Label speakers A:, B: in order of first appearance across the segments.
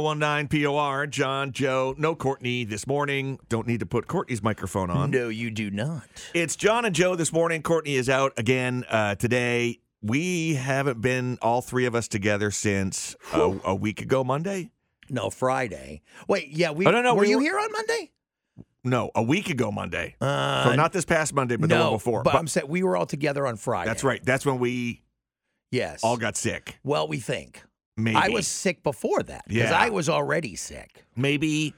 A: 1019 POR, John, Joe, no Courtney this morning. Don't need to put Courtney's microphone on.
B: No, you do not.
A: It's John and Joe this morning. Courtney is out again uh, today. We haven't been all three of us together since a, a week ago Monday.
B: No, Friday. Wait, yeah, we.
A: Oh, no, no,
B: were
A: we
B: you
A: were-
B: here on Monday?
A: No, a week ago Monday.
B: Uh,
A: so not this past Monday, but the
B: no,
A: one before.
B: But, I'm saying we were all together on Friday.
A: that's right. That's when we
B: Yes.
A: all got sick.
B: well, we think.
A: Maybe
B: I was sick before that because
A: Yeah.
B: I was already sick.
A: maybe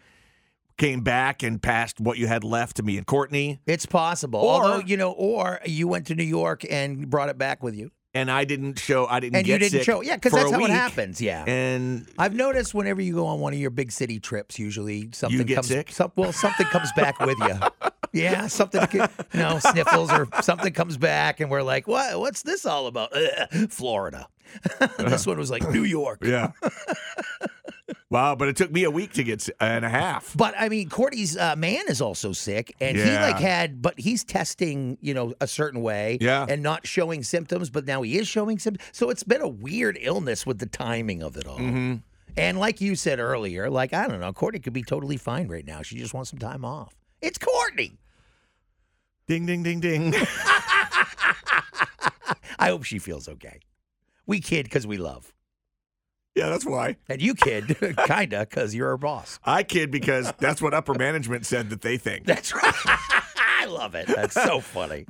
A: came back and passed what you had left to me and Courtney,
B: It's possible.
A: Or-
B: Although you know, or you went to New York and brought it back with you,
A: and I didn't show. I didn't
B: and
A: get
B: you didn't
A: sick
B: show. Yeah, because
A: for a
B: that's how
A: week.
B: it happens. Yeah.
A: And
B: I've noticed whenever you go on one of your big city trips, usually something
A: get
B: comes.
A: sick?
B: some- well, something comes back with you. Yeah, something. You know, sniffles or something comes back, and we're like, "What? What's this all about?" Ugh, Florida. this one was like New York.
A: yeah. wow, but it took me a week to get sick, and a half.
B: But I mean, Cordy's uh, man is also sick, and he
A: Yeah.
B: like had, but he's testing, you know, a certain way,
A: Yeah.
B: and not showing symptoms. But now he is showing symptoms, so it's been a weird illness with the timing of it all.
A: Mm-hmm.
B: And like you said earlier, like I don't know, Courtney could be totally fine right now. She just wants some time off. It's Courtney.
A: Ding, ding, ding, ding.
B: I hope she feels okay. We kid because we love,
A: yeah, that's why
B: and you kid kinda because you're her boss.
A: I kid because that's what upper management said that they think.
B: That's right. I love it. That's so funny.